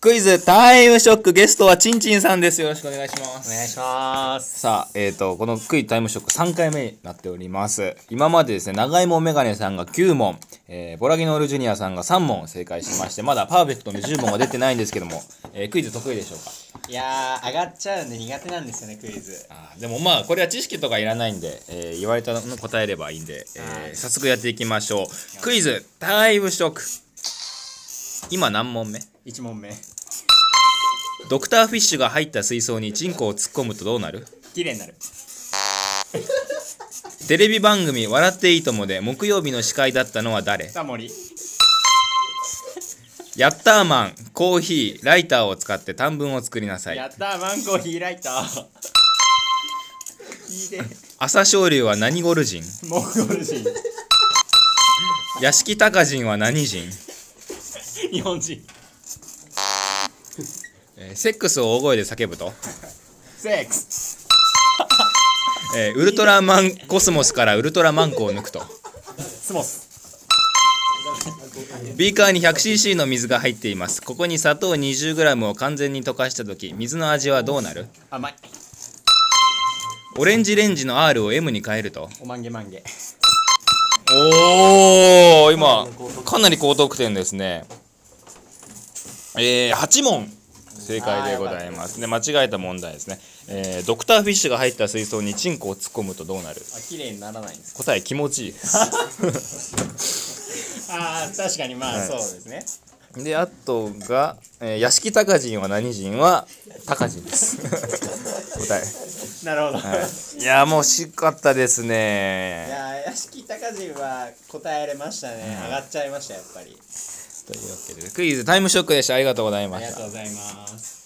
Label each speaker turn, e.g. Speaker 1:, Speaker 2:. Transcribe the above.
Speaker 1: クイズタイムショックゲストはちんちんさんです。よろしくお願いしま
Speaker 2: お
Speaker 1: す。
Speaker 2: 願いします。
Speaker 1: さあ、えっ、と、このクイズタイムショック3回目になっております。今までですね、長芋メガネさんが9問、えー、ボラギノールジュニアさんが3問正解しまして、まだパーフェクトの10問は出てないんですけども、えークイズ得意でしょうか
Speaker 2: いやー、上がっちゃうんで苦手なんですよね、クイズ。
Speaker 1: あーでもまあこれは知識とかいらないんで、えー言われたの答えればいいんで、
Speaker 2: は
Speaker 1: えー
Speaker 2: い
Speaker 1: 早速やっていきましょうクイズタイムショック今何問目
Speaker 2: 一問目。
Speaker 1: ドクターフィッシュが入った水槽にチンコを突っ込むとどうなる
Speaker 2: 綺麗になる。
Speaker 1: テレビ番組「笑っていいとも」で木曜日の司会だったのは誰
Speaker 2: タモリ。
Speaker 1: ヤッターマンコーヒーライターを使って短文を作りなさ
Speaker 2: や
Speaker 1: い
Speaker 2: ったー、マンコーヒーライター。聞いて、
Speaker 1: 朝青龍は何ゴル人
Speaker 2: モンゴル人。
Speaker 1: 屋敷隆人は何人、
Speaker 2: 日本人。
Speaker 1: えーセックスを大声で叫ぶと
Speaker 2: セックス。
Speaker 1: えーウルトラマンコスモスからウルトラマンコを抜くと
Speaker 2: スモス。
Speaker 1: ビーカーに 100cc の水が入っていますここに砂糖 20g を完全に溶かした時水の味はどうなる
Speaker 2: 甘い。
Speaker 1: オレンジレンジの R を M に変えると
Speaker 2: おまんげまんげ。
Speaker 1: おお今かなり高得点ですねえー、8問正解でございますね間違えた問題ですね、えードクターフィッシュが入った水槽にチンコを突っ込むとどうなる
Speaker 2: あ、綺麗にならないんです
Speaker 1: 答え気持ちいいです
Speaker 2: あー、確かにまあ、
Speaker 1: はい
Speaker 2: そうですね。
Speaker 1: であとが、えー屋敷隆人は何人は隆人です 答え
Speaker 2: なるほど。
Speaker 1: いやもう惜しかったです
Speaker 2: い
Speaker 1: ね。
Speaker 2: やー、屋敷隆人は答えれましたね。上がっちゃいました、やっぱり。
Speaker 1: というわけでクイズタイムショックでした。ありがとうござい
Speaker 2: あ
Speaker 1: ま
Speaker 2: りが
Speaker 1: した
Speaker 2: とう。ございます。